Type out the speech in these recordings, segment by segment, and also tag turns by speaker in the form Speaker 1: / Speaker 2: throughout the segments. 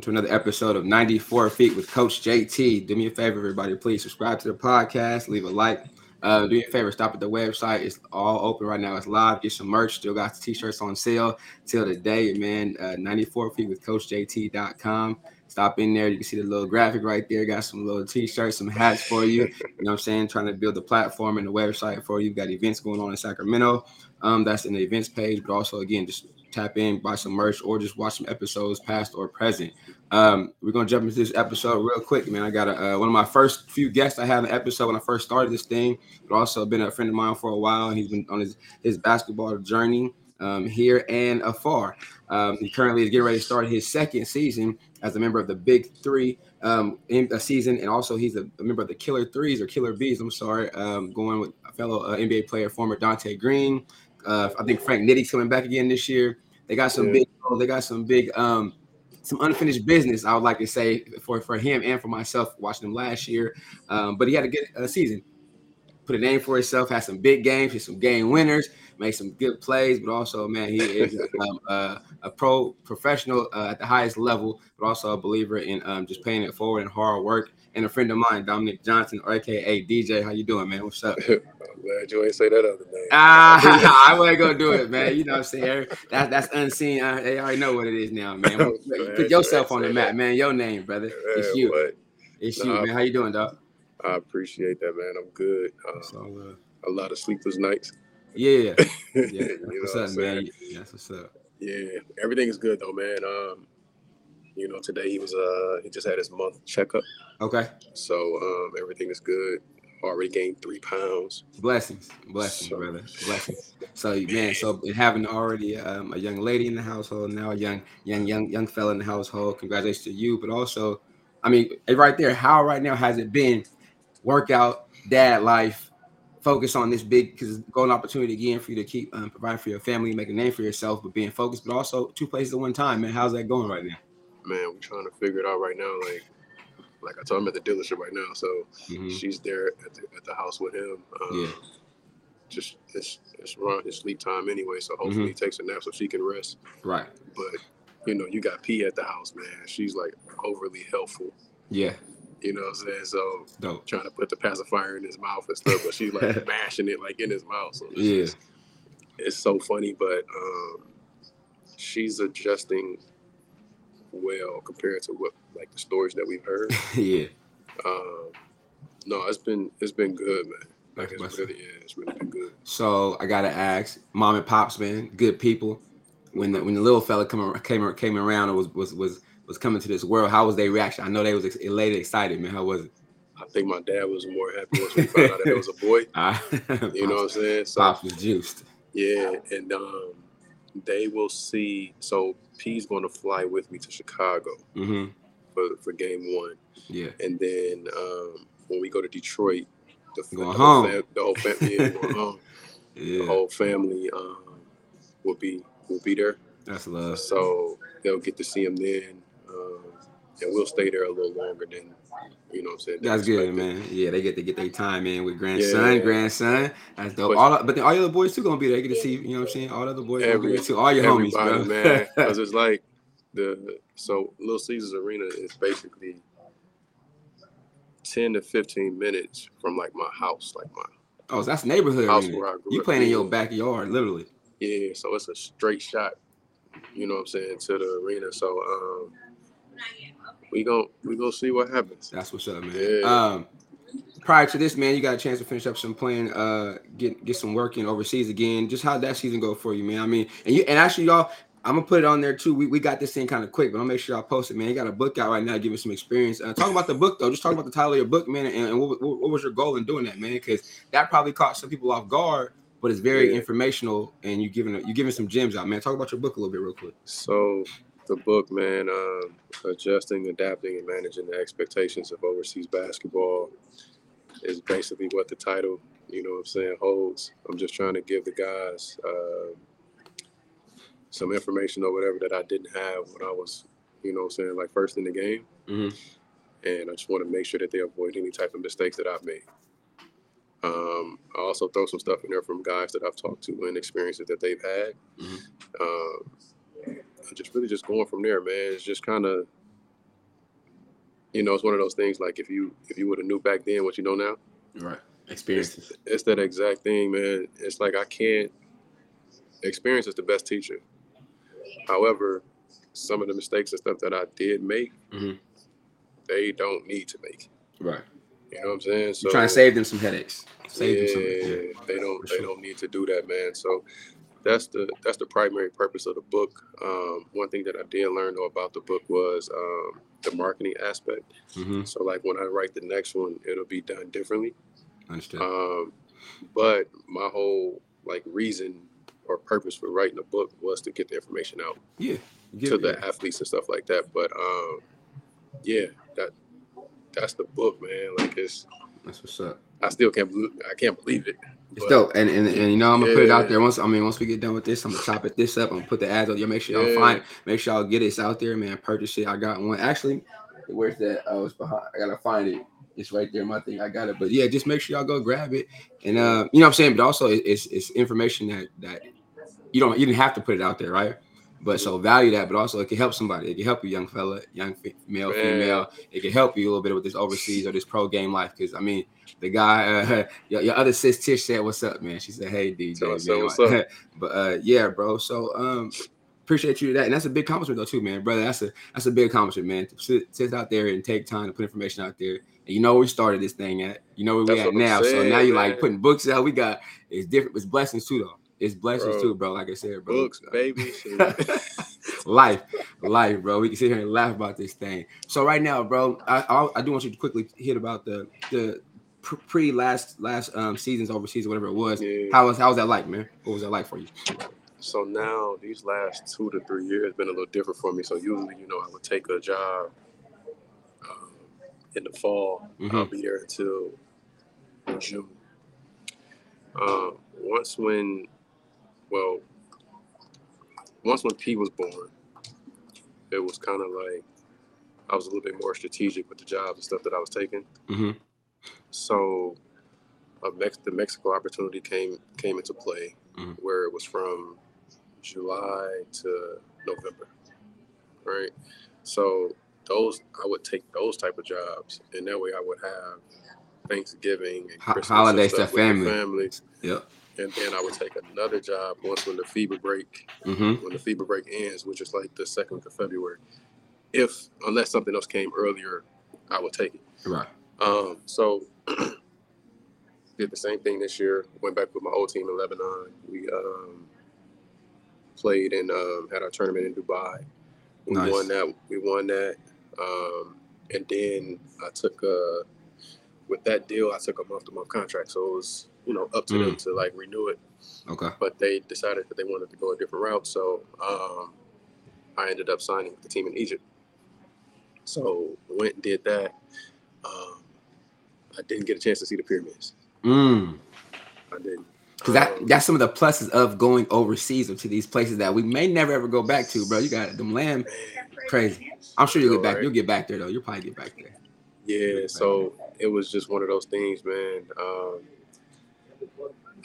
Speaker 1: to another episode of 94 Feet with Coach JT. Do me a favor, everybody. Please subscribe to the podcast, leave a like. Uh, do me a favor, stop at the website. It's all open right now. It's live. Get some merch. Still got the t-shirts on sale till today, man. Uh, 94 feet with coachjt.com. Stop in there. You can see the little graphic right there. Got some little t-shirts, some hats for you. You know what I'm saying? Trying to build the platform and the website for you. Got events going on in Sacramento. Um, that's in the events page, but also again, just tap in, buy some merch, or just watch some episodes, past or present. Um, we're gonna jump into this episode real quick, man. I got a, uh, one of my first few guests I had in the episode when I first started this thing, but also been a friend of mine for a while. He's been on his, his basketball journey um, here and afar. Um, he currently is getting ready to start his second season as a member of the Big Three um, in a season, and also he's a, a member of the Killer Threes or Killer Bees. I'm sorry, um, going with a fellow uh, NBA player, former Dante Green. Uh, I think Frank Nitty's coming back again this year. They got some
Speaker 2: Yeah.
Speaker 1: big. oh, They got some big. Um, some unfinished business, I would like to say, for, for him and for myself watching him last year. Um, but he had a good uh, season. Put a name for himself, had some big games, had some game winners, made some good plays, but also, man, he is um, uh, a pro professional uh, at the highest level, but also a believer in um, just paying it forward and hard work. And a friend of mine, Dominic Johnson, aka DJ. How you doing, man? What's up?
Speaker 2: I'm glad you ain't say that other name.
Speaker 1: Ah, I wasn't gonna do it, man. You know what I'm saying? That, that's unseen. I, they already know what it is now, man.
Speaker 2: Oh,
Speaker 1: Put,
Speaker 2: man,
Speaker 1: yourself
Speaker 2: say
Speaker 1: on the
Speaker 2: that.
Speaker 1: map, man. Your name, brother. It's
Speaker 2: Yeah,
Speaker 1: you.
Speaker 2: but
Speaker 1: It's you,
Speaker 2: Nah.
Speaker 1: man. How you doing, dog?
Speaker 2: I appreciate that, man. I'm good. Um,
Speaker 1: So, uh,
Speaker 2: a lot of sleepless nights.
Speaker 1: yeah, yeah, yeah.
Speaker 2: You
Speaker 1: That's
Speaker 2: know
Speaker 1: what's
Speaker 2: what I'm
Speaker 1: up, man.
Speaker 2: saying?
Speaker 1: Yeah, That's what's up.
Speaker 2: Yeah, everything is good though, man. Um, you know, today he was uh he just had his month checkup,
Speaker 1: Okay,
Speaker 2: so um everything is good. Already gained three pounds.
Speaker 1: blessings, blessings,
Speaker 2: So-
Speaker 1: brother, blessings. So, man, so having already um, a young lady in the household, now a young, young, young, young fella in the household. Congratulations to you, but also, I mean, eh, right there, how right now has it been? Workout, dad life, focus on this big because it's going opportunity again for you to keep um, providing for your family, make a name for yourself, but being focused, but also two places at one time, man. How's that going right now?
Speaker 2: Man, we're trying to figure it out right now. Like, like I told him at the dealership right now. So
Speaker 1: Mhm.
Speaker 2: she's there at the, at the house with him. Um,
Speaker 1: Yeah.
Speaker 2: Just it's it's around his sleep time anyway. So hopefully
Speaker 1: Mm-hmm.
Speaker 2: he takes a nap so she can rest.
Speaker 1: Right.
Speaker 2: but you know, you got P at the house, man. She's like overly helpful.
Speaker 1: Yeah.
Speaker 2: You know what I'm saying? So
Speaker 1: Dope.
Speaker 2: trying to put the pacifier in his mouth and stuff, but she's like bashing it like in his mouth. So it's,
Speaker 1: Yeah.
Speaker 2: just- it's so funny, but um, she's adjusting well compared to what like the stories that we've heard.
Speaker 1: yeah.
Speaker 2: Um, no, it's been it's been good, man. Like
Speaker 1: Bless-
Speaker 2: it's really yeah, it's really been good.
Speaker 1: So I gotta ask, mom and pops, man, good people. When the when the little fella come ar- came ar- came around and was was was was coming to this world, how was their reaction? I know they was ex- elated, excited, man. How was it?
Speaker 2: I think my dad was more happy once we found out that it was a boy.
Speaker 1: Ah,
Speaker 2: You know what I'm saying? So
Speaker 1: pops was juiced.
Speaker 2: Yeah, and um, they will see. So P's going to fly with me to Chicago
Speaker 1: hmm
Speaker 2: for, for game one,
Speaker 1: Yeah,
Speaker 2: and then um, when we go to Detroit, the, the
Speaker 1: Going
Speaker 2: whole
Speaker 1: home.
Speaker 2: Fam- the whole family, yeah, going home. The
Speaker 1: yeah,
Speaker 2: whole family um, will be will be there.
Speaker 1: that's love.
Speaker 2: So they'll get to see him then, um, and we'll stay there a little longer than you know. what I'm saying they
Speaker 1: That's good,
Speaker 2: expected.
Speaker 1: man. Yeah, they get to get their time in with grandson,
Speaker 2: Yeah.
Speaker 1: grandson. That's dope.
Speaker 2: But-
Speaker 1: all, the- but then all your other boys too gonna be there. They get to see, you know what I'm saying? All the other boys gonna be
Speaker 2: Every-
Speaker 1: there too. All your homies, bro.
Speaker 2: Everybody, man, because it's like the so Little Caesars Arena is basically ten to fifteen minutes from like my house, like my
Speaker 1: oh, that's neighborhood.
Speaker 2: house
Speaker 1: arena.
Speaker 2: where I grew
Speaker 1: You
Speaker 2: up.
Speaker 1: playing in
Speaker 2: Yeah.
Speaker 1: your backyard, literally.
Speaker 2: Yeah, so it's a straight shot. You know what I'm saying to the arena. So um, we gon' we gonna see what happens.
Speaker 1: That's what's up, man.
Speaker 2: Yeah.
Speaker 1: Um, prior to this, man, you got a chance to finish up some playing, uh, get get some work in overseas again. Just how that season go for you, man? I mean, and you and actually, y'all, I'm gonna put it on there too. We, we got this thing kind of quick, but I'll make sure y'all post it, man. You got a book out right now, giving some experience. Uh, talk about the book though. Just talk about the title of your book, man, and, and what, what, what was your goal in doing that, man? Because that probably caught some people off guard. But it's very
Speaker 2: Yeah.
Speaker 1: informational, and you giving you giving some gems out, man. Talk about your book a little bit, real quick.
Speaker 2: So the book, man, um, adjusting, adapting, and managing the expectations of overseas basketball is basically what the title, you know, what I'm saying, holds. I'm just trying to give the guys um some information or whatever that I didn't have when I was, you know, what I'm saying like first in the game,
Speaker 1: Mhm.
Speaker 2: and I just want to make sure that they avoid any type of mistakes that I've made. Um, I also throw some stuff in there from guys that I've talked to and experiences that they've had.
Speaker 1: Mhm.
Speaker 2: Um, and just really just going from there, man. It's just kind of you know, it's one of those things like if you if you would have knew back then what you know now,
Speaker 1: Right. Experiences.
Speaker 2: it's that exact thing, man. It's like I can't. Experience is the best teacher. However, some of the mistakes and stuff that I did make,
Speaker 1: Mhm.
Speaker 2: they don't need to make.
Speaker 1: Right.
Speaker 2: You know what I'm saying? So
Speaker 1: You're trying to save them some headaches. Save them some
Speaker 2: yeah,
Speaker 1: headaches.
Speaker 2: they don't
Speaker 1: For
Speaker 2: they
Speaker 1: sure.
Speaker 2: don't need to do that, man. So that's the that's the primary purpose of the book. Um, one thing that I did learn though about the book was um, the marketing aspect.
Speaker 1: Mm-hmm.
Speaker 2: So like when I write the next one, it'll be done differently.
Speaker 1: Understood.
Speaker 2: Um, but my whole like reason or purpose for writing the book was to get the information out
Speaker 1: yeah. You get
Speaker 2: to
Speaker 1: it,
Speaker 2: the
Speaker 1: yeah.
Speaker 2: athletes and stuff like that. But um, yeah, that that's the book, man. Like it's
Speaker 1: That's what's up.
Speaker 2: I still can't believe, I can't believe it.
Speaker 1: It's
Speaker 2: but-
Speaker 1: dope, and, and and you know I'm gonna put it out
Speaker 2: Yeah.
Speaker 1: there. Once I mean, once we get done with this, I'm gonna chop it this up. I'm gonna put the ads on. Y'all make sure y'all
Speaker 2: Yeah.
Speaker 1: find, make sure y'all get it. It's out there, man. Purchase it. I got one actually. Where's that? Oh, it's behind. I gotta find it. It's right there. My thing. I got it. But yeah, just make sure y'all go grab it. And uh, you know what I'm saying. But also, it, it's it's information that that you don't you didn't have to put it out there, right? But so value that. But also, it can help somebody. It can help you, young fella, young fe- male,
Speaker 2: Man.
Speaker 1: female. It can help you a little bit with this overseas or this pro game life. Because I mean, the guy, uh, your, your other sis Tish said, "What's up, man?" She said, "Hey, DJ."
Speaker 2: Tell us,
Speaker 1: man."
Speaker 2: tell us what's
Speaker 1: but uh, yeah, bro. So um, appreciate you to that, and that's a big accomplishment though, too, man, brother. That's a that's a big accomplishment, man. To sit, sit out there and take time to put information out there. And you know where we started this thing at. You know where
Speaker 2: That's
Speaker 1: we at
Speaker 2: what I'm
Speaker 1: now. so
Speaker 2: saying,
Speaker 1: now you're like
Speaker 2: man.
Speaker 1: putting books out. We got it's different. It's blessings too, though. It's blessings
Speaker 2: Bro.
Speaker 1: too, bro. Like I said, bro.
Speaker 2: Books, baby. shoot.
Speaker 1: life, life, bro. We can sit here and laugh about this thing. So right now, bro, I I'll, I do want you to quickly hit about the the pre last last um seasons overseas or whatever it was.
Speaker 2: Yeah.
Speaker 1: How was how was that like, man? What was that like for you?
Speaker 2: So now these last two to three years been a little different for me. So usually, you know, I would take a job um, in the fall. I'll
Speaker 1: Mhm.
Speaker 2: be there until June. Um, once when, well, once when P was born, it was kind of like I was a little bit more strategic with the jobs and stuff that I was taking.
Speaker 1: Mhm.
Speaker 2: So a Mex- the Mexico opportunity came came into play,
Speaker 1: Mhm.
Speaker 2: where it was from July to November, right? So those I would take those type of jobs, and that way I would have Thanksgiving and
Speaker 1: Ho-
Speaker 2: Christmas
Speaker 1: holidays
Speaker 2: and stuff
Speaker 1: to
Speaker 2: with the
Speaker 1: family.
Speaker 2: families,
Speaker 1: Yep.
Speaker 2: and then I would take another job once when the fever break
Speaker 1: Mhm.
Speaker 2: when the fever break ends, which is like the second week of February. If unless something else came earlier, I would take it.
Speaker 1: Right.
Speaker 2: Um, so did the same thing this year. Went back with my old team in Lebanon. We um, played and um, had our tournament in Dubai. We
Speaker 1: Nice.
Speaker 2: won that. We won that. Um, and then I took a with that deal. I took a month to month contract, so it was you know up to them to like renew it.
Speaker 1: Okay.
Speaker 2: But they decided that they wanted to go a different route, so um, I ended up signing with the team in Egypt. So went and did that. Um, I didn't get a chance to see the pyramids.
Speaker 1: Mm.
Speaker 2: I didn't.
Speaker 1: Cause that
Speaker 2: Um,
Speaker 1: that's some of the pluses of going overseas or to these places that we may never ever go back to, bro. You got them lamb crazy. I'm sure you'll get back. You'll get back there though. You'll probably get back there.
Speaker 2: Yeah, so it was just one of those things, man. Um,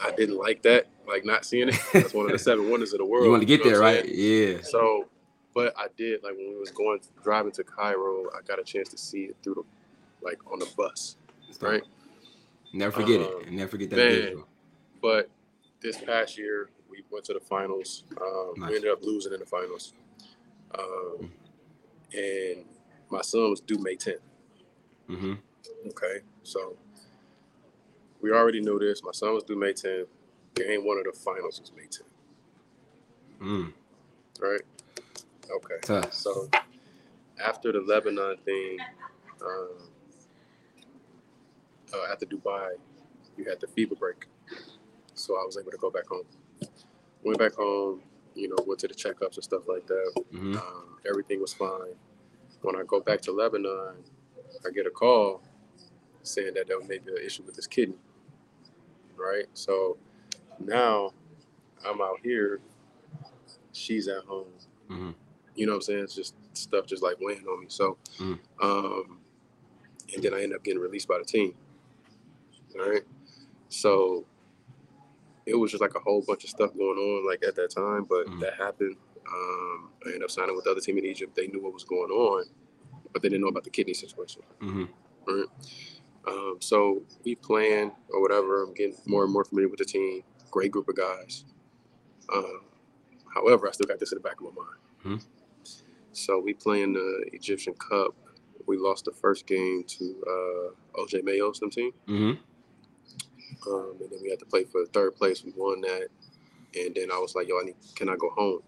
Speaker 2: I didn't like that, like not seeing it. That's one of the seven wonders of the world.
Speaker 1: You want to get
Speaker 2: know
Speaker 1: there,
Speaker 2: what I'm
Speaker 1: right?
Speaker 2: saying?
Speaker 1: Yeah.
Speaker 2: So, but I did like when we was going driving to Cairo, I got a chance to see it through the like on the bus, right?
Speaker 1: Never forget
Speaker 2: Uh,
Speaker 1: it. Never forget that
Speaker 2: man.
Speaker 1: visual.
Speaker 2: But this past year, we went to the finals. Um,
Speaker 1: Nice.
Speaker 2: We ended up losing in the finals. Um, and my son was due May 10th.
Speaker 1: Mm-hmm.
Speaker 2: Okay, so we already knew this. My son was due May 10th. Game one of the finals was May 10th,
Speaker 1: Mm.
Speaker 2: right? Okay,
Speaker 1: Tough.
Speaker 2: so after the Lebanon thing, um, uh, after Dubai, you had the fever break. So I was able to go back home. Went back home, you know, went to the checkups and stuff like that.
Speaker 1: Mm-hmm.
Speaker 2: Um, everything was fine. When I go back to Lebanon, I get a call saying that there may be an issue with this kidney. Right? So now I'm out here. She's at home.
Speaker 1: Mhm.
Speaker 2: You know what I'm saying? It's just stuff just like weighing on me. So,
Speaker 1: Mhm.
Speaker 2: um, and then I end up getting released by the team. All right. So it was just like a whole bunch of stuff going on like at that time, but
Speaker 1: Mhm.
Speaker 2: that happened. Um, I ended up signing with the other team in Egypt. They knew what was going on, but they didn't know about the kidney situation.
Speaker 1: Mm-hmm.
Speaker 2: Right? Um, so we plan or whatever. I'm getting more and more familiar with the team. Great group of guys. Um, however, I still got this in the back of my mind. So we playing the Egyptian Cup. We lost the first game to uh, OJ Mayo's them team,
Speaker 1: Mm-hmm.
Speaker 2: um, and then we had to play for third place. We won that, and then I was like, "Yo, I need, can I go home?"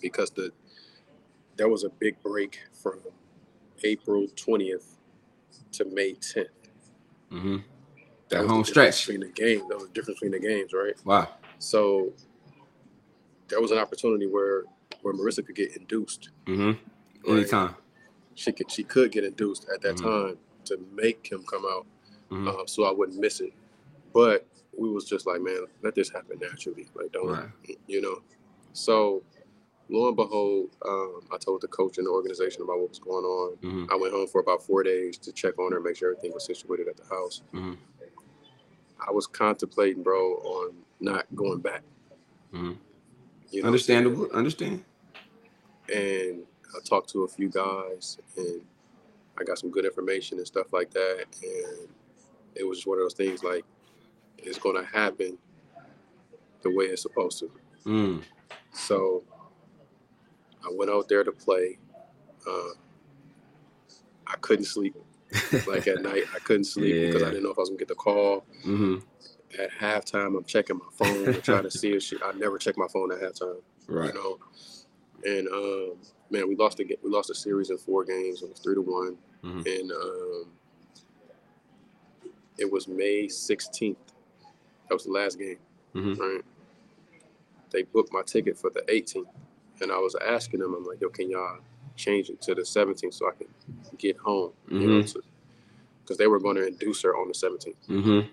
Speaker 2: Because the that was a big break from April twentieth to May tenth.
Speaker 1: Mm-hmm.
Speaker 2: That
Speaker 1: That
Speaker 2: was
Speaker 1: home
Speaker 2: the difference
Speaker 1: stretch.
Speaker 2: between the game. That was the difference between the games, right?
Speaker 1: Wow.
Speaker 2: So there was an opportunity where where Marissa could get induced.
Speaker 1: Mm-hmm.
Speaker 2: right?
Speaker 1: Anytime.
Speaker 2: she could she could get induced at that
Speaker 1: Mhm.
Speaker 2: time to make him come out,
Speaker 1: Mhm.
Speaker 2: uh, so I wouldn't miss it. But we was just like, man, let this happen naturally. Like, don't
Speaker 1: Right.
Speaker 2: you know? So lo and behold, um, I told the coach and the organization about what was going on.
Speaker 1: Mm-hmm.
Speaker 2: I went home for about four days to check on her, make sure everything was situated at the house.
Speaker 1: Mhm.
Speaker 2: I was contemplating, bro, on not going back.
Speaker 1: Mhm.
Speaker 2: You know what I'm saying?
Speaker 1: Understandable. Understand.
Speaker 2: and I talked to a few guys and I got some good information and stuff like that. And it was just one of those things like it's gonna happen the way it's supposed to.
Speaker 1: Mm.
Speaker 2: So I went out there to play. Uh, I couldn't sleep. Like at night, I couldn't sleep because I
Speaker 1: Yeah.
Speaker 2: didn't know if I was gonna get the call.
Speaker 1: Mm-hmm.
Speaker 2: At halftime, I'm checking my phone and trying to see if she. I never check my phone at halftime
Speaker 1: Right.
Speaker 2: you know. And um, man, we lost the ga- we lost a series in four games. It was three to one,
Speaker 1: Mhm.
Speaker 2: and um, it was May sixteenth. That was the last game,
Speaker 1: Mhm.
Speaker 2: right? They booked my ticket for the eighteenth, and I was asking them, I'm like, "Yo, can y'all change it to the seventeenth so I can get home?" You know, because they were going to induce her on the seventeenth.
Speaker 1: Mm-hmm.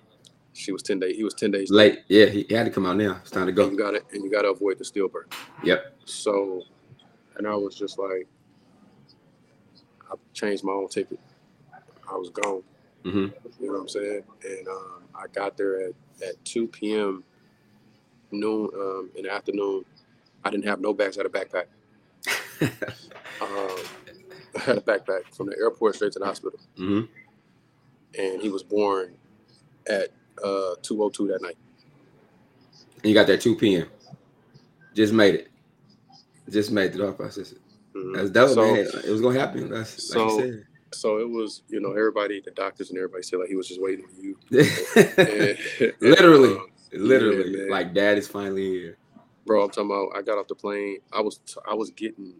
Speaker 2: She was ten days. He was ten days late.
Speaker 1: Late. Yeah, he, he had to come out now. It's time to
Speaker 2: And
Speaker 1: go.
Speaker 2: you got to and you got to avoid the stillbirth.
Speaker 1: Yep.
Speaker 2: So, and I was just like, I changed my own ticket. I was gone.
Speaker 1: Mm-hmm.
Speaker 2: You know what I'm saying? And um, I got there at, at 2 p.m. noon um, in the afternoon. I didn't have no bags. I had a backpack. Um, I had a backpack from the airport straight to the hospital.
Speaker 1: mm-hmm.
Speaker 2: And he was born at uh, 2:02 that night.
Speaker 1: You got that 2 p.m. Just made it. Just made it off our system.
Speaker 2: Mhm.
Speaker 1: That's dope,
Speaker 2: so,
Speaker 1: man. It was gonna happen. That's
Speaker 2: so-
Speaker 1: like
Speaker 2: So it was, you know, everybody, the doctors and everybody said like he was just waiting on you.
Speaker 1: you said.
Speaker 2: And-
Speaker 1: Literally.
Speaker 2: um,
Speaker 1: Literally,
Speaker 2: Yeah, man.
Speaker 1: like dad is finally here.
Speaker 2: bro. I'm talking about. I got off the plane. I was I was getting,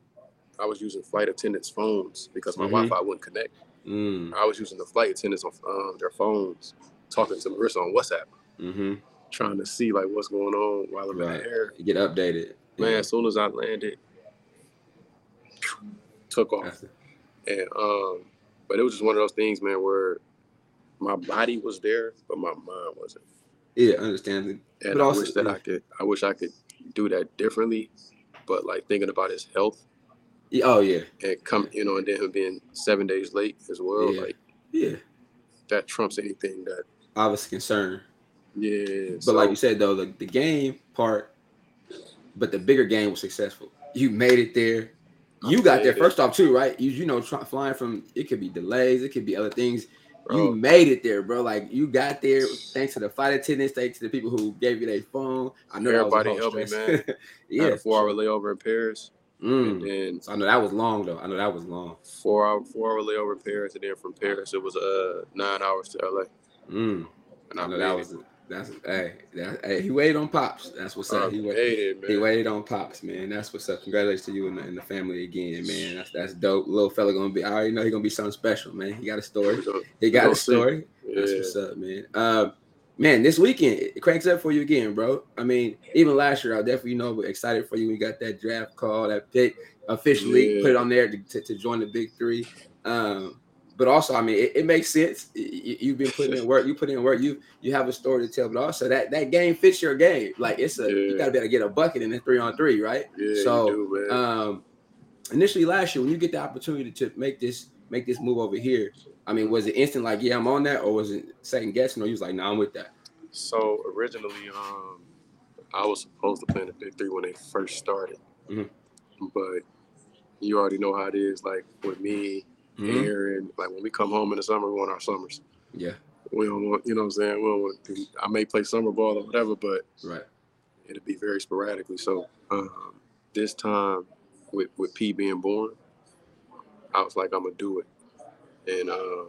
Speaker 2: I was using flight attendants' phones because my
Speaker 1: Mhm.
Speaker 2: Wi-Fi wouldn't connect.
Speaker 1: Mm.
Speaker 2: I was using the flight attendants on um, their phones, talking to Marissa on WhatsApp,
Speaker 1: Mm-hmm.
Speaker 2: trying to see like what's going on while I'm in
Speaker 1: Right.
Speaker 2: the air.
Speaker 1: Get updated.
Speaker 2: Man, as soon as I landed, took off,
Speaker 1: That's it.
Speaker 2: and um, but it was just one of those things, man, where my body was there, but my mind wasn't.
Speaker 1: yeah, understandably.
Speaker 2: And
Speaker 1: But
Speaker 2: I
Speaker 1: also-
Speaker 2: wish that I could. I wish I could do that differently. But like thinking about his health,
Speaker 1: Yeah, oh yeah,
Speaker 2: and come, you know, and then him being seven days late as well,
Speaker 1: Yeah.
Speaker 2: like
Speaker 1: yeah.
Speaker 2: that trumps anything that.
Speaker 1: Obvious concern,
Speaker 2: Yeah,
Speaker 1: but like you said though, like the game part, but the bigger game was successful. You made it there. You got there
Speaker 2: Yeah.
Speaker 1: first off too, right? You you know try, flying from it could be delays, it could be other things.
Speaker 2: bro,
Speaker 1: You made it there, bro. Like you got there thanks to the flight attendants, thanks to the people who gave you their phone. I know that
Speaker 2: Everybody
Speaker 1: was a whole
Speaker 2: helped me,
Speaker 1: stress.
Speaker 2: I had
Speaker 1: yeah,
Speaker 2: a four hour layover in Paris,
Speaker 1: Mm.
Speaker 2: and then
Speaker 1: So I know that was long though. I know that was long.
Speaker 2: four hour four hour layover in Paris, and then from Paris it was uh nine hours to LA,
Speaker 1: Mm.
Speaker 2: and I,
Speaker 1: I know
Speaker 2: made
Speaker 1: that was that's hey, that, hey he waited on pops. That's what's
Speaker 2: it. I
Speaker 1: up. He
Speaker 2: made
Speaker 1: waited.
Speaker 2: it, man.
Speaker 1: He waited on pops, man. That's what's up. Congratulations to you and the, and the family again, man. That's that's dope. Little fella gonna be. I already know he gonna be something special, man. He got a story.
Speaker 2: So,
Speaker 1: He got
Speaker 2: gonna
Speaker 1: a
Speaker 2: see.
Speaker 1: story. That's
Speaker 2: yeah,
Speaker 1: what's up, man. Uh, man, this weekend it cranks up for you again, bro. I mean, even last year, I definitely you know excited for you. We got that draft call, that pick officially
Speaker 2: Yeah.
Speaker 1: put it on there to, to, to join the big three. Um, but also, I mean, it, it makes sense. Y- y- You've been putting in work. You put in work. You you have a story to tell, but also that that game fits your game. Like it's a you
Speaker 2: Yeah.
Speaker 1: gotta be able to get a bucket in a three on three, right?
Speaker 2: yeah,
Speaker 1: So,
Speaker 2: you do, man.
Speaker 1: um initially last year when you get the opportunity to make this make this move over here i mean was it instant like yeah i'm on that or was it second guessing or you was like no nah, i'm with that
Speaker 2: so originally, um, I was supposed to play in the Big Three when they first started,
Speaker 1: Mhm.
Speaker 2: but you already know how it is. Like with me,
Speaker 1: Mm-hmm.
Speaker 2: Like when we come home in the summer, we want our summers.
Speaker 1: Yeah,
Speaker 2: We don't want, you know what I'm saying? We don't want to, I may play summer ball or whatever, but
Speaker 1: right.
Speaker 2: it'll be very sporadically. So um, this time with, with P being born, I was like, I'm gonna do it, and um,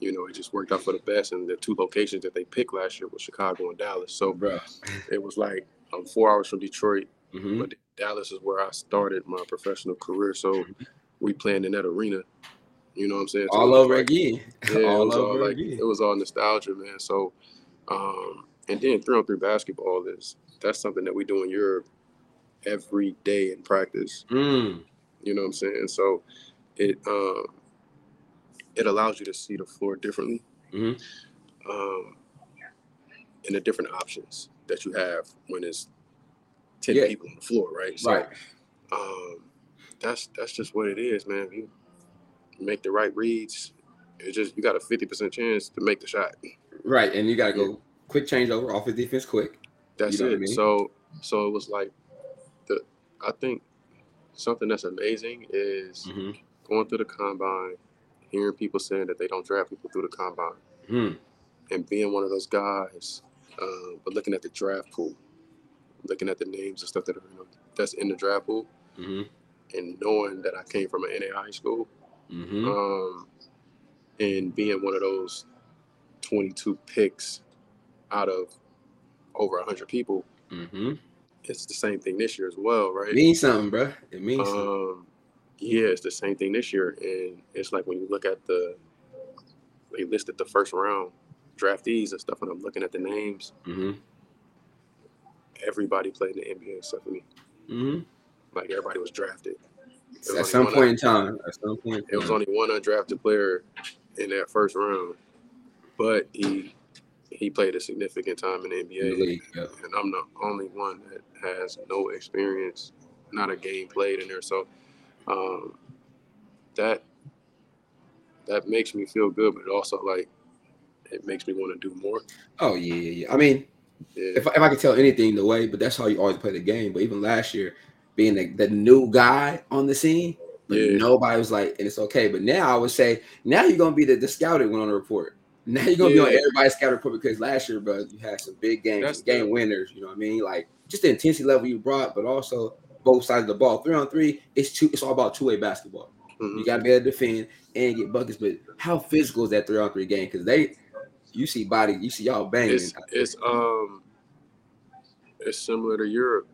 Speaker 2: you know, it just worked out for the best. And the two locations that they picked last year was Chicago and Dallas. So
Speaker 1: bro.
Speaker 2: it was like I'm four hours from Detroit,
Speaker 1: hmm
Speaker 2: but Dallas is where I started my professional career. So we playing in that arena. You know what I'm saying? So it
Speaker 1: All
Speaker 2: was
Speaker 1: over
Speaker 2: like-
Speaker 1: again.
Speaker 2: yeah, it
Speaker 1: all
Speaker 2: was
Speaker 1: over
Speaker 2: all like
Speaker 1: again.
Speaker 2: it was all nostalgia, man. So, um, and then three on three basketball is that's something that we do in Europe every day in practice.
Speaker 1: Mm.
Speaker 2: You know what I'm saying? So, it um, it allows you to see the floor differently,
Speaker 1: Mhm.
Speaker 2: um, and the different options that you have when it's ten
Speaker 1: Yeah.
Speaker 2: people on the floor, right? So,
Speaker 1: Right.
Speaker 2: um, that's that's just what it is, man. If you make the right reads, it's just you got a fifty percent chance to make the shot.
Speaker 1: Right. And you gotta go quick changeover, offense, defense, quick.
Speaker 2: That's
Speaker 1: You know
Speaker 2: it.
Speaker 1: what I mean?
Speaker 2: So so it was like the I think something that's amazing is
Speaker 1: hmm
Speaker 2: going through the combine, hearing people saying that they don't draft people through the combine,
Speaker 1: Mm.
Speaker 2: and being one of those guys, uh, but looking at the draft pool, looking at the names and stuff that are you know, that's in the draft pool,
Speaker 1: hmm
Speaker 2: and knowing that I came from an NA high school,
Speaker 1: hmm
Speaker 2: um, and being one of those 22 picks out of over 100 people,
Speaker 1: hmm
Speaker 2: it's the same thing this year as well, right?
Speaker 1: means something, bro. It means something.
Speaker 2: Um, yeah, it's the same thing this year, and it's like when you look at the they listed the first round draftees and stuff, and I'm looking at the names.
Speaker 1: hmm
Speaker 2: Everybody played in the NBA except for me.
Speaker 1: hmm
Speaker 2: Like everybody was drafted. was
Speaker 1: At
Speaker 2: only
Speaker 1: some
Speaker 2: one
Speaker 1: point in
Speaker 2: out.
Speaker 1: time. At some point.
Speaker 2: It
Speaker 1: in
Speaker 2: was
Speaker 1: time.
Speaker 2: only one undrafted player in that first round, but he he played a significant time in the NBA.
Speaker 1: in the league. Yeah.
Speaker 2: and I'm the only one that has no experience, not a game played in there. So um, that that makes me feel good, but it also like it makes me want to do more.
Speaker 1: Oh yeah, yeah, yeah. I mean,
Speaker 2: Yeah,
Speaker 1: if, if I could tell anything the way, but that's how you always play the game. But even last year, being the, the new guy on the scene, but
Speaker 2: Yeah.
Speaker 1: nobody was like, and it's okay. But now I would say, now you're gonna be the, the scouted one on the report. Now you're gonna be on
Speaker 2: Yeah.
Speaker 1: everybody's scout report because last year, bro, you had some big games,
Speaker 2: That's
Speaker 1: some game
Speaker 2: the-
Speaker 1: winners. You know what I mean? Like just the intensity level you brought, but also both sides of the ball. Three on three, it's two. It's all about two way basketball.
Speaker 2: Mhm.
Speaker 1: You got to be able to defend and get buckets. But how physical is that three on three game? Because they, you see body, you see y'all banging.
Speaker 2: it's it's um it's similar to Europe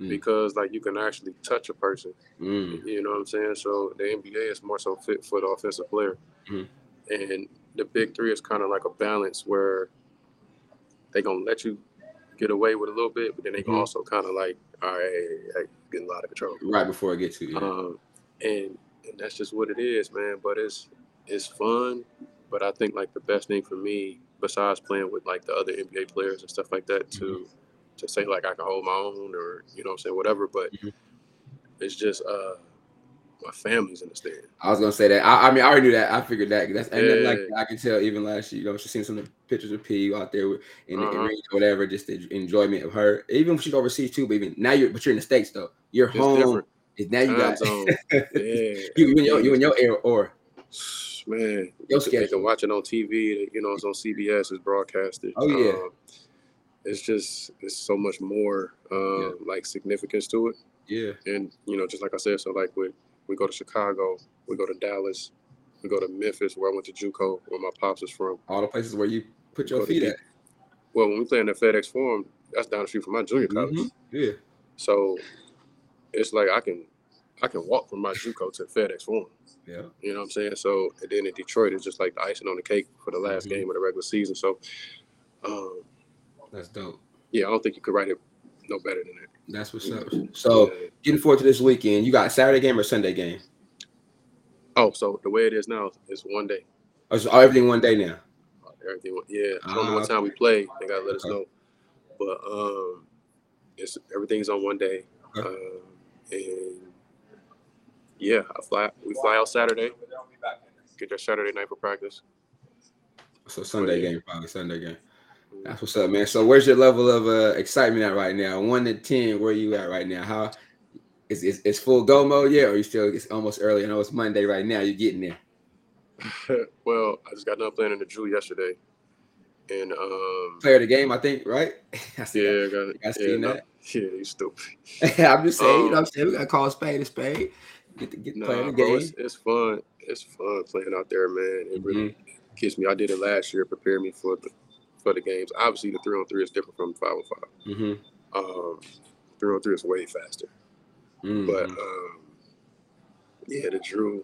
Speaker 1: Mm.
Speaker 2: because like you can actually touch a person.
Speaker 1: Mm,
Speaker 2: You know what I'm saying? So the NBA is more so fit for the offensive player,
Speaker 1: Mhm.
Speaker 2: and the big three is kind of like a balance where they gonna let you get away with a little bit, but then they can
Speaker 1: Mhm.
Speaker 2: also kind of like, all right, hey, hey, getting a lot of control.
Speaker 1: right before I get to you.
Speaker 2: Um, and, and that's just what it is, man. But it's it's fun. But I think like the best thing for me, besides playing with like the other NBA players and stuff like that, to
Speaker 1: Mm-hmm.
Speaker 2: to say like I can hold my own or you know what I'm saying whatever. But
Speaker 1: Mhm.
Speaker 2: it's just uh, my family's in the stand.
Speaker 1: I was gonna say that. I, I mean, I already knew that. I figured that. That's and then, like
Speaker 2: Yeah.
Speaker 1: I can tell even last year. You know, she's seen some of the pictures of P out there with, in the in
Speaker 2: Uh-huh.
Speaker 1: range or whatever. Just the enjoyment of her. Even when she's overseas too. But even now, you're but you're in the states though. You're
Speaker 2: It's
Speaker 1: home.
Speaker 2: different.
Speaker 1: Is now you
Speaker 2: Time
Speaker 1: got
Speaker 2: zone. Yeah,
Speaker 1: you you in your you in your air or
Speaker 2: man.
Speaker 1: your
Speaker 2: They can
Speaker 1: schedule.
Speaker 2: watch it on TV. You know, it's on CBS. It's broadcasted.
Speaker 1: Oh, yeah.
Speaker 2: Um, it's just it's so much more uh,
Speaker 1: Yeah.
Speaker 2: like significance to it.
Speaker 1: Yeah.
Speaker 2: And you know, just like I said, so like we we go to Chicago, we go to Dallas, we go to Memphis, where I went to JUCO, where my pops is from.
Speaker 1: All the places where you put your
Speaker 2: Go to
Speaker 1: feet
Speaker 2: D-
Speaker 1: at.
Speaker 2: Well, when we play in the FedEx Forum, that's down the street from my junior college.
Speaker 1: Mhm. Yeah.
Speaker 2: So it's like I can I can walk from my JUCO to FedEx Forum.
Speaker 1: Yeah.
Speaker 2: You know what I'm saying? So and then in Detroit, it's just like the icing on the cake for the last
Speaker 1: Mhm.
Speaker 2: game of the regular season. So um,
Speaker 1: That's dope.
Speaker 2: yeah, I don't think you could write it no better than that.
Speaker 1: That's what's up. So
Speaker 2: Mm-hmm. Yeah.
Speaker 1: getting forward to this weekend. You got Saturday game or Sunday game?
Speaker 2: Oh, so the way it is now is one day.
Speaker 1: Or is it everything one day now?
Speaker 2: Everything. went- Yeah, I don't know
Speaker 1: Ah,
Speaker 2: what time we play. They gotta let us
Speaker 1: Okay.
Speaker 2: know. But um, it's everything's on one day.
Speaker 1: Okay.
Speaker 2: Um, and yeah, I fly. We fly out Saturday. Get there Saturday night for practice.
Speaker 1: So Sunday
Speaker 2: yeah.
Speaker 1: game, probably Sunday game. That's what's up, man. So where's your level of uh, excitement at right now? One to ten, where you at right now? How is is, is full go mode yet, or you still? It's almost early. I know it's Monday right now. You're getting there.
Speaker 2: well, I just got done playing in the Drew yesterday, and um,
Speaker 1: Player of the game, I think, right? I see
Speaker 2: yeah, I got it.
Speaker 1: I
Speaker 2: yeah,
Speaker 1: seen
Speaker 2: no-
Speaker 1: that.
Speaker 2: yeah, you stupid.
Speaker 1: I'm just saying, you know what I'm
Speaker 2: Um,
Speaker 1: saying? We gotta call a spade a spade. Get the get the player of
Speaker 2: Nah,
Speaker 1: the
Speaker 2: bro,
Speaker 1: game.
Speaker 2: it's, it's fun. It's fun playing out there, man. It really
Speaker 1: Mhm.
Speaker 2: gets me. I did it last year, prepared me for the for the games. Obviously, the three on three is different from five on five.
Speaker 1: Mhm.
Speaker 2: Um, three on three is way faster,
Speaker 1: Mhm.
Speaker 2: but um, yeah, the drill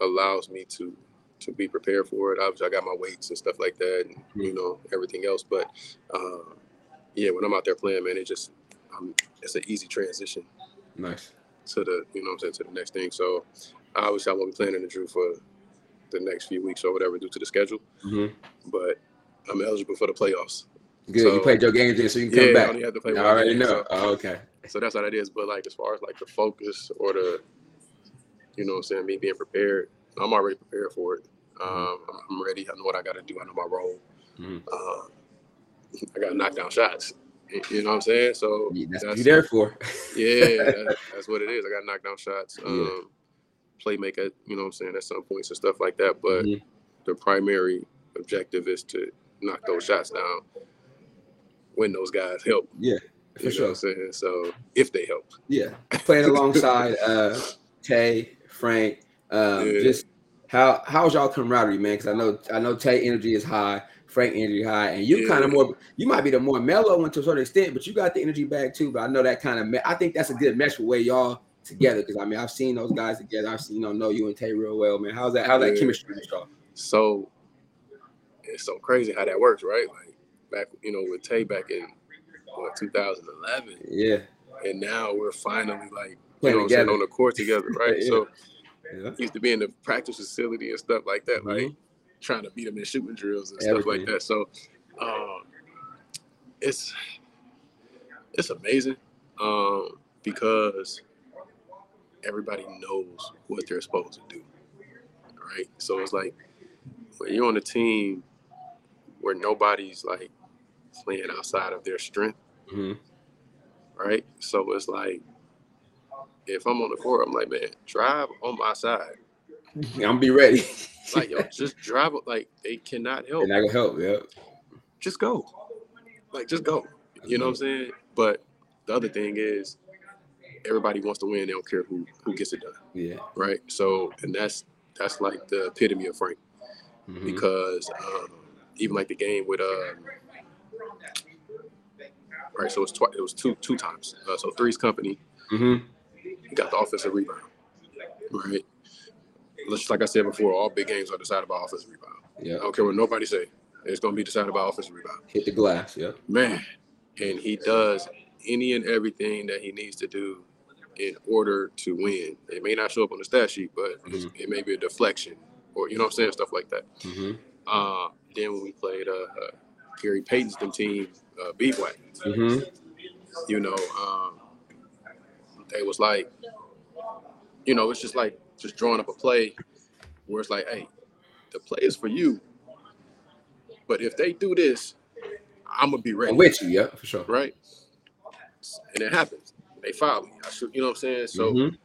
Speaker 2: allows me to to be prepared for it. Obviously, I got my weights and stuff like that, and
Speaker 1: Mm-hmm.
Speaker 2: you know everything else. But um, yeah, when I'm out there playing, man, it just um, it's an easy transition
Speaker 1: mm-hmm. nice.
Speaker 2: to the you know what I'm saying to the next thing. So obviously I won't be playing in the Drew for the next few weeks or whatever due to the schedule,
Speaker 1: Mhm.
Speaker 2: but I'm eligible for the playoffs.
Speaker 1: Good. you
Speaker 2: Mm-hmm. So-
Speaker 1: played your games in, so you can
Speaker 2: Yeah,
Speaker 1: come
Speaker 2: I
Speaker 1: back.
Speaker 2: only have to play.
Speaker 1: I
Speaker 2: one
Speaker 1: already
Speaker 2: game,
Speaker 1: know.
Speaker 2: So,
Speaker 1: Oh, okay.
Speaker 2: so that's how that is. But like as far as like the focus or the you know what I'm saying me being prepared, I'm already prepared for it. Um, I'm ready. I know what I got to do. I know my role.
Speaker 1: Mhm.
Speaker 2: Um, I got knockdown shots. You- You know what I'm saying? So
Speaker 1: Yeah, that's, what you there for.
Speaker 2: yeah, that, that's what it is. I got knockdown shots,
Speaker 1: Yeah.
Speaker 2: um, playmaker, you know what I'm saying, at some points and stuff like that. But
Speaker 1: Mhm.
Speaker 2: the primary objective is to knock those shots down when those guys help.
Speaker 1: Yeah,
Speaker 2: you
Speaker 1: for
Speaker 2: know what
Speaker 1: sure.
Speaker 2: I'm saying? So if they help.
Speaker 1: Yeah, playing alongside uh, Tay, Frank. Um,
Speaker 2: Yeah.
Speaker 1: Just how how's y'all camaraderie, man? Because I know I know Tay energy is high, Frank energy high, and you kind
Speaker 2: Yeah.
Speaker 1: of more. You might be the more mellow one to a certain extent, but you got the energy back too. But I know that kind of. Me- I think that's a good mesh with where y'all together. Because I mean, I've seen those guys together. I've seen you know, know you and Tay real well, man. How's that? How's that
Speaker 2: Yeah.
Speaker 1: chemistry with y'all?
Speaker 2: So it's so crazy how that works, right? Like back, you know, with Tay back in what, 2011,
Speaker 1: Yeah,
Speaker 2: and now we're finally like you
Speaker 1: playing
Speaker 2: know what I'm saying,
Speaker 1: together.
Speaker 2: on the court together, right?
Speaker 1: Yeah.
Speaker 2: So
Speaker 1: Yeah.
Speaker 2: used to be in the practice facility and stuff like that, like trying to beat them in shooting drills and stuff like
Speaker 1: Everything.
Speaker 2: that. So um, it's it's amazing um, because everybody knows what they're supposed to do, right? So it's like when you're on a team where nobody's like playing outside of their strength,
Speaker 1: Mhm.
Speaker 2: right? So it's like if I'm on the court, I'm like, man, drive on my side.
Speaker 1: I'm gonna be ready,
Speaker 2: Like, yo, just drive. Like, they cannot help.
Speaker 1: and I can help. Yeah,
Speaker 2: just go. Like, just go. You know what I'm
Speaker 1: Mm-hmm.
Speaker 2: saying? But the other thing is, everybody wants to win. They don't care who who gets it done,
Speaker 1: yeah.
Speaker 2: right? So, and that's that's like the epitome of Frank
Speaker 1: Mhm.
Speaker 2: because um, even like the game with um, right. So it's twi- it was two two times. Uh, so three's company
Speaker 1: Mhm.
Speaker 2: he got the offensive rebound, right? Just like I said before, all big games are decided by offensive rebound.
Speaker 1: Yeah,
Speaker 2: I don't care what nobody say. It's gonna be decided by offensive rebound.
Speaker 1: hit the glass. Yeah.
Speaker 2: man, and he does any and everything that he needs to do in order to win. It may not show up on the stat sheet, but it's- it may be a deflection or you know what I'm saying, stuff like that.
Speaker 1: hmm
Speaker 2: Uh, then when we played uh, uh, Gary Payton's them team, uh, B-Wack,
Speaker 1: hmm
Speaker 2: you know, um, they was like, you know, it's just like just drawing up a play where it's like, hey, the play is for you, but if they do this, I'm gonna be ready.
Speaker 1: I'm with you. Yeah, for sure.
Speaker 2: right? And it happens. They foul me. I should, you know what I'm saying? So
Speaker 1: Mhm.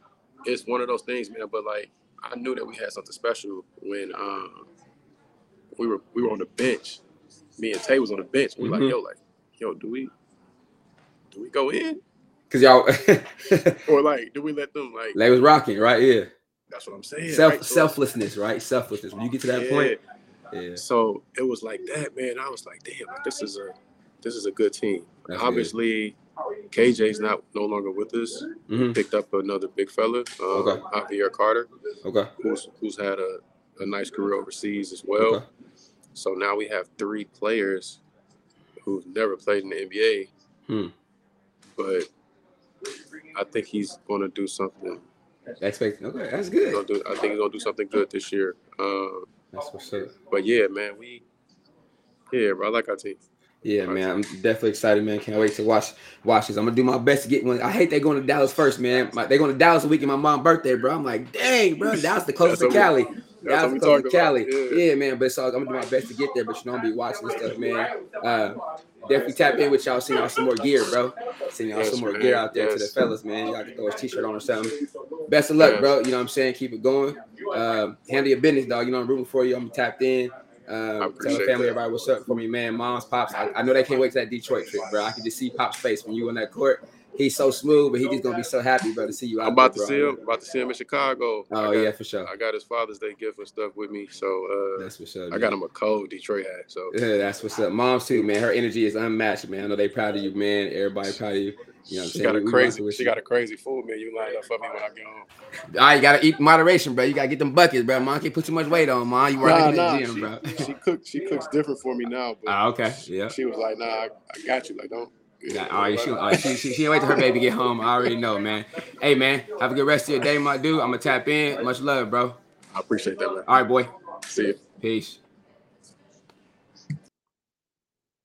Speaker 2: it's one of those things, man. But like, I knew that we had something special when um, we were we were on the bench. Me and Tay was on the bench. We were
Speaker 1: Mhm.
Speaker 2: like, yo, like, yo, do we do we go in
Speaker 1: Cause y'all
Speaker 2: or like do we let them like?
Speaker 1: they was rocking, right? Yeah.
Speaker 2: That's what I'm saying.
Speaker 1: Self
Speaker 2: right? So-
Speaker 1: selflessness, right? Selflessness. When you get to that
Speaker 2: Yeah.
Speaker 1: point, yeah.
Speaker 2: So it was like that, man. I was like, damn, like, this is a this is a good team.
Speaker 1: That's
Speaker 2: Obviously, KJ's not no longer with us.
Speaker 1: hmm
Speaker 2: picked up another big fella, uh,
Speaker 1: Okay.
Speaker 2: Javier Carter,
Speaker 1: Okay.
Speaker 2: who's who's had a, a nice career overseas as well.
Speaker 1: Okay.
Speaker 2: So now we have three players who've never played in the NBA,
Speaker 1: Hmm.
Speaker 2: but I think he's going to do something.
Speaker 1: Expect. Okay. That's
Speaker 2: he's
Speaker 1: good.
Speaker 2: gonna do- I think he's going to do something good this year. Um,
Speaker 1: That's what's up.
Speaker 2: but yeah, man, we yeah, bro, I like our team.
Speaker 1: Yeah, man, I'm definitely excited, man. Can't wait to watch watch this. I'm gonna do my best to get one. I hate they going to Dallas first, man. My, they going to Dallas the week of my mom's birthday, bro. I'm like, dang, bro, Dallas the closest to
Speaker 2: That's what
Speaker 1: Cali.
Speaker 2: That's
Speaker 1: Dallas
Speaker 2: what we
Speaker 1: the closest to
Speaker 2: talking about.
Speaker 1: Cali. Yeah. man. But so I'm gonna do my best to get there. But you know, I'm gonna be watching this stuff, man. Uh, definitely tap in with y'all, send y'all some more gear, bro. Send y'all
Speaker 2: Yes,
Speaker 1: some more
Speaker 2: man.
Speaker 1: gear out there to the
Speaker 2: Yes.
Speaker 1: fellas, man. Y'all can throw a t-shirt on or something. Best of luck,
Speaker 2: Yes.
Speaker 1: bro. You know what I'm saying? Keep it going. Uh, handle your business, dog. You know, I'm rooting for you. I'm tapped in.
Speaker 2: I
Speaker 1: Um, tell
Speaker 2: appreciate
Speaker 1: the family,
Speaker 2: that.
Speaker 1: everybody, what's up for me, man. Moms, pops. I, I know they can't wait to that Detroit trip, bro. I can just see Pop's face when you on that court. He's so smooth, but he just gonna be so happy, bro, to see you out
Speaker 2: I'm about to
Speaker 1: there,
Speaker 2: see
Speaker 1: bro.
Speaker 2: him. About to see him in Chicago. I
Speaker 1: Oh
Speaker 2: got,
Speaker 1: yeah, for sure.
Speaker 2: I got his Father's Day gift and stuff with me, so uh,
Speaker 1: That's for sure.
Speaker 2: I
Speaker 1: dude.
Speaker 2: got him a cold Detroit hat. So
Speaker 1: Yeah, that's what's up. Moms too, man. Her energy is unmatched, man. I know they proud of you, man. Everybody proud of you. You know what I'm
Speaker 2: she
Speaker 1: saying?
Speaker 2: got
Speaker 1: We-
Speaker 2: a
Speaker 1: we rocking
Speaker 2: crazy.
Speaker 1: with
Speaker 2: She
Speaker 1: you.
Speaker 2: got a crazy food menu lined up for me when I get home.
Speaker 1: All right, you gotta eat in moderation, bro. You gotta get them buckets, bro. Mom can't put too much weight on, mom. You working in the gym, bro.
Speaker 2: she, she cooks. She cooks different for me now, but
Speaker 1: Ah, okay. Yeah.
Speaker 2: she was like, "Nah, I, I got you. Like, don't."
Speaker 1: Nah, all right, she, all right, she, she, she ain't wait till her baby get home. I already know, man. Hey, man, have a good rest of your day, my dude. I'm gonna tap in. Much love, bro.
Speaker 2: I appreciate that, man.
Speaker 1: All right, boy.
Speaker 2: See you.
Speaker 1: Peace.